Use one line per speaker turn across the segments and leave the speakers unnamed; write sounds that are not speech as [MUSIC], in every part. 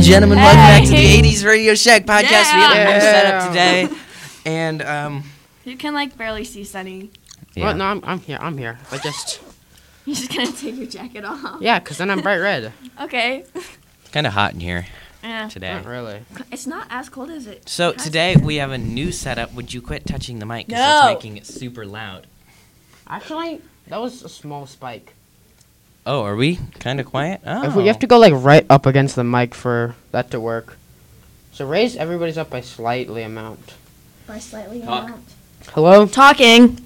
gentlemen, welcome back to the
Hey.
'80s Radio Shack podcast. We have a new
Yeah.
setup today, and um,
You can like barely see Sunny. [LAUGHS]
yeah.
Well, no, I'm, I'm here. I'm here. I just
You're just gonna [LAUGHS] take your jacket off.
yeah, cause then I'm bright [LAUGHS] red.
Okay.
kind of hot in here
Yeah.
today.
Not really.
It's not as cold as it.
So
has
today
been.
we have a new setup. Would you quit touching the mic? 'cause
No.
it's making it super loud.
Actually, that was a small spike.
Oh, are we kind of quiet? Oh,
If we have to go like right up against the mic for that to work. So raise everybody's up by slightly amount.
by slightly
Talk.
amount.
Hello.
Talking.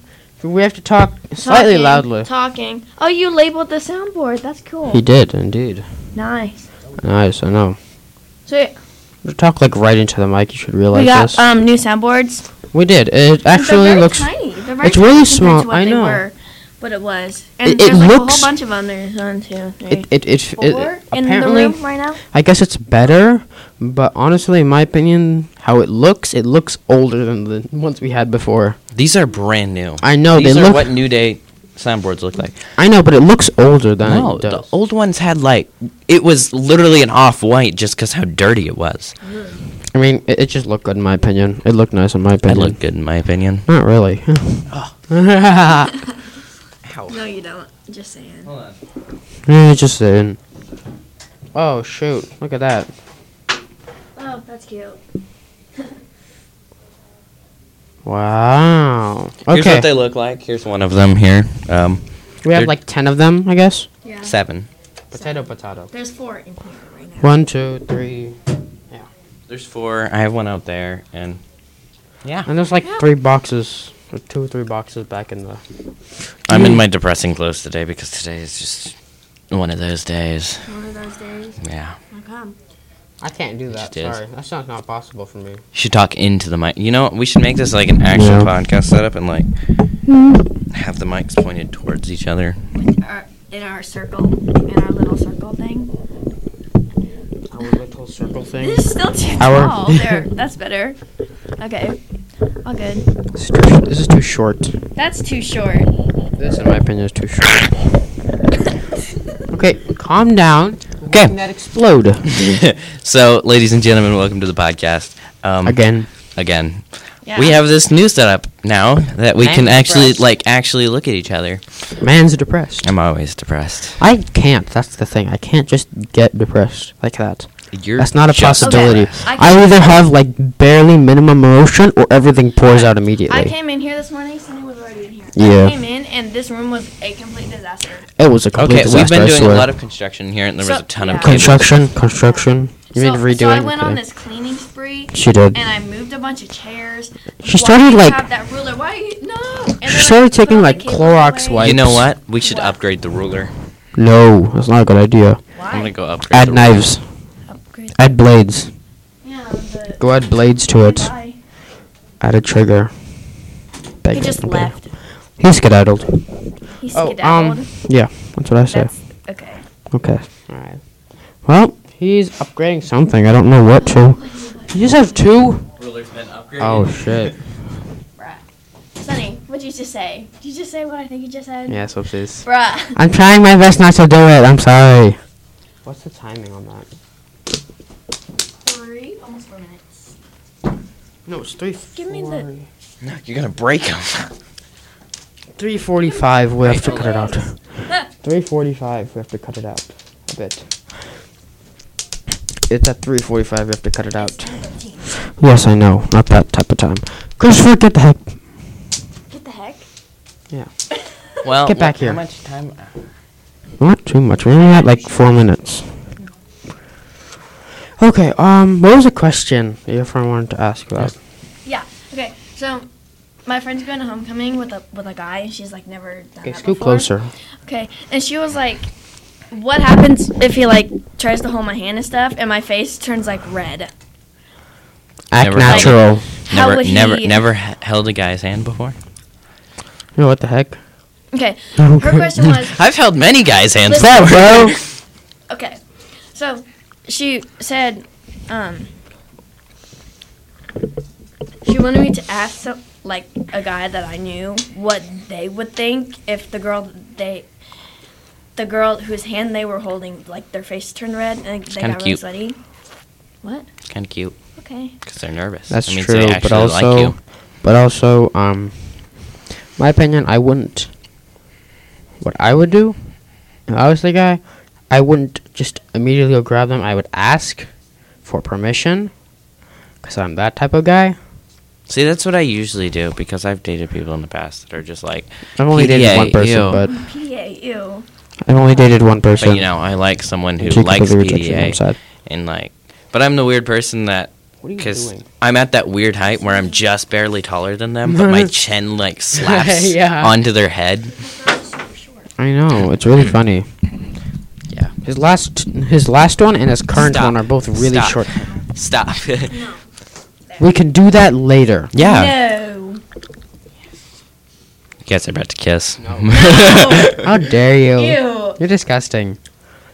We have to talk slightly
Talking.
loudly.
Talking. Oh, you labeled the soundboard. That's
He
cool.
did indeed.
Nice.
Nice. I know.
So we
You Talk like right into the mic. You should realize
got
this.
um new soundboards.
we did. It
they're
actually
very
looks.
tiny. They're very
it's really
tiny compared
small.
To what
I
they
know.
Were, but it was. And
It- it
there's like a
looks-
whole bunch of them. There's one, two, three,
It it it, it,
four in the
apparently.
room right now.
I guess it's better, but honestly, in my opinion, how it looks, it looks older than the ones we had before.
Oh. These are brand new.
I know
These
they
are
look.
what New Day soundboards look like.
I know, but it looks older than
No,
it
the
does.
old ones had like it was literally an off white just because how dirty it was.
I mean, it, it just looked good in my opinion. It looked nice in my
It
opinion.
looked good in my opinion.
Not
[LAUGHS]
really. [LAUGHS]
Ow.
No, you don't. Just saying.
Hold on.
Eh, just saying. Oh shoot! Look at that.
Oh, that's cute.
Wow.
Here's what
Okay.
they look like. Here's one of them here. Um,
We have
they're-
like ten of them, I guess.
Yeah.
seven.
Potato, potato.
There's four in here right now.
One, two, three,
There's four. I have one out there, and yeah,
and there's like
Yeah.
three boxes, or two or three boxes back in the.
I'm in my depressing clothes today because today is just one of those days.
One of those days.
Yeah,
How come?
I can't do that.
just is.
Sorry, that sounds not possible for me.
you should talk into the mic. You know, we should make this like an actual
Yeah.
podcast setup and like have the mics pointed towards each other.
With our, in our circle, in our little circle thing.
Our little circle thing.
This is still too
Our- [LAUGHS]
tall. There, that's better. Okay, all good.
This is too, this is too short.
That's too
[LAUGHS]
short.
This, in my opinion, is too short. Okay, calm down. Okay. That explode [LAUGHS]
so, ladies and gentlemen, welcome to the podcast. Um,
again.
again.
Yeah.
We have this new setup now that we can
Man's
actually
depressed.
like actually look at each other.
Man's depressed.
I'm always depressed.
I can't. That's the thing. I can't just get depressed like that.
You're
That's not a
just
possibility.
depressed.
I
I
can-
either have like barely minimum emotion or everything pours out immediately.
I came in here this morning. Sunny was already in here.
Yeah.
I came in and this room was a complete disaster.
It was a
Okay,
complete
we've
disaster,
been
I
doing a
swear.
lot of construction here, and there was a
So-
ton
yeah.
of cables.
construction. Construction. You
so,
need redoing.
so I went on
okay.
this cleaning spree.
She did.
And I moved a bunch of chairs. Why
She started,
do you
like-
have that ruler. Why? you- No. And then
She
I
started
put
taking,
all the
like,
cables
Clorox
away.
wipes.
You know what? We should
What?
upgrade the ruler.
No, that's not a good idea.
I'm gonna
Why?
go upgrade.
Add
the
knives.
Upgrade.
Add blades.
Yeah, but
Go add blades to it.
why?
Add a trigger. Beg
He
it,
just
beg it.
left.
He skedaddled.
He
Oh,
skedaddled.
um, yeah, that's what I say.
That's okay.
Okay. Alright. Well, he's upgrading something. I don't know what to. You just have two?
ruler. Ruler's been upgraded.
Oh, shit.
Bruh. Sonny, what'd you just say? Did you just say what I think you just said?
Yes, whoopsies.
Bruh.
I'm trying my best not to do it. I'm sorry. What's the timing on that?
Three, almost four minutes.
No, it's three.
Give me the-
No, you're gonna break them.
345, we have to cut it out.
Ah.
345, we have to cut it out a bit. It's at 345, we have to cut it out. Yes, I know. Not that type of time. Christopher, get the heck.
Get the heck?
[LAUGHS] well,
Get back
wh-
here.
Oh, How much time?
Not too much. We only got like four minutes. Okay, um, what was the question that your friend wanted to ask about?
Yeah. Okay. So, my friend's going to homecoming with a with a guy, and she's like never done
Okay,
that
scoot
before.
closer.
Okay, and she was like, "What happens if he like tries to hold my hand and stuff, and my face turns like red?
Act
Never mind.
natural.
How
Never,
would
never,
he-
never h- held a guy's hand before.
You know what
[LAUGHS]
the heck? [LAUGHS]
Okay.
Oh,
Her question was,
I've held many guys' hands.
Listen-
Stop, bro.
okay, so she said, um, she wanted me to ask some, like a guy that I knew what they would think if the girl they. The girl whose hand they were holding, like their face turned red and they
kinda
got
cute.
really sweaty. What?
It's kind of cute
Okay.
because they're nervous.
That's
That means
true,
They
but
actually
also,
like you.
but also, um, my opinion, I wouldn't. What I would do, if I was the guy, I wouldn't just immediately go grab them. I would ask for permission, cause I'm that type of guy.
See, that's what I usually do because I've dated people in the past that are just like,
I've only dated
PDA,
one person,
ew.
but
PA, ew.
I've only dated one person.
but you know, I like someone who
She
likes
completely rejected me, I'm
PDA
sad.
and like, but I'm the weird person that
What are you
because
doing?
I'm at that weird height where I'm just barely taller than them, but my chin like slaps
[LAUGHS] Yeah.
onto their head.
I know it's
Mm.
really funny. Yeah, his last, his last one and his current
Stop.
one are both really
Stop.
short.
Stop.
We can do that later.
yeah,
No.
you guys are about to kiss.
How dare you?
Ew.
You're disgusting.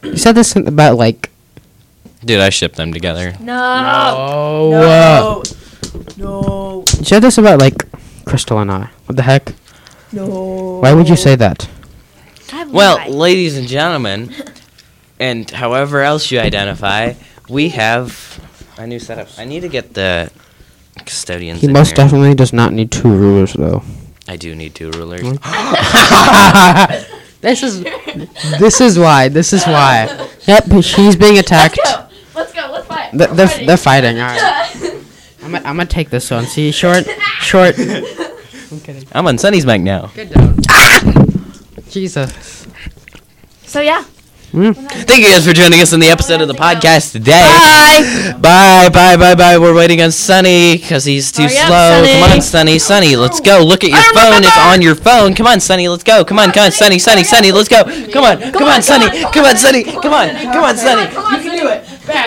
You said this about like.
[LAUGHS] Dude, I ship them together.
No.
uh,
No.
you said this about like Crystal and I. What the heck?
No.
Why would you say that?
Well, ladies and gentlemen, and however else you identify, we have a new setup. I need to get the custodians.
He
in
most
here.
definitely does not need two rulers though.
I do need two rulers.
This is this is why. This is why. Yep, she's
[LAUGHS]
being attacked.
Let's go. Let's go. Let's fight.
Th-
We're
they're,
fighting.
they're fighting. All right. I'm gonna, I'm gonna take this one. See, short, short.
[GASPS] I'm on Sunny's mic now.
Get down. Ah! Jesus.
so yeah.
Thank you guys for joining us on the episode of the
Everything
podcast today. Bye. Bye, bye, bye, bye. We're waiting on Sunny because he's too
Hurry up,
slow.
Sunny.
Come on, Sunny. Sunny, let's go. Look at your
I
phone. It's
remember.
on your phone. Come on, Sunny. Let's go. Come on, come on, Sunny, Sunny, Sunny. Let's go. Come on, come on, Sunny. Come on, Sunny. Come on, come on, Sunny.
Come on, you can do it.
Come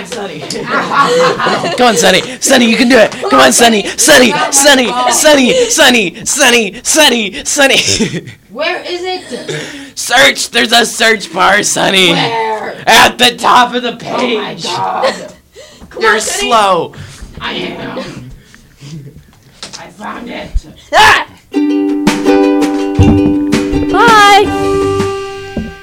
on, Sunny. Sunny, you can do it. Come on, Sunny. Sunny, Sunny, Sunny, Sunny, Sunny, Sunny, Sunny. [LAUGHS]
Where is it?
Search. There's a search bar, Sunny.
Where?
At the top of the page.
Oh My God.
You're slow. [LAUGHS]
I am. I found it.
Ah!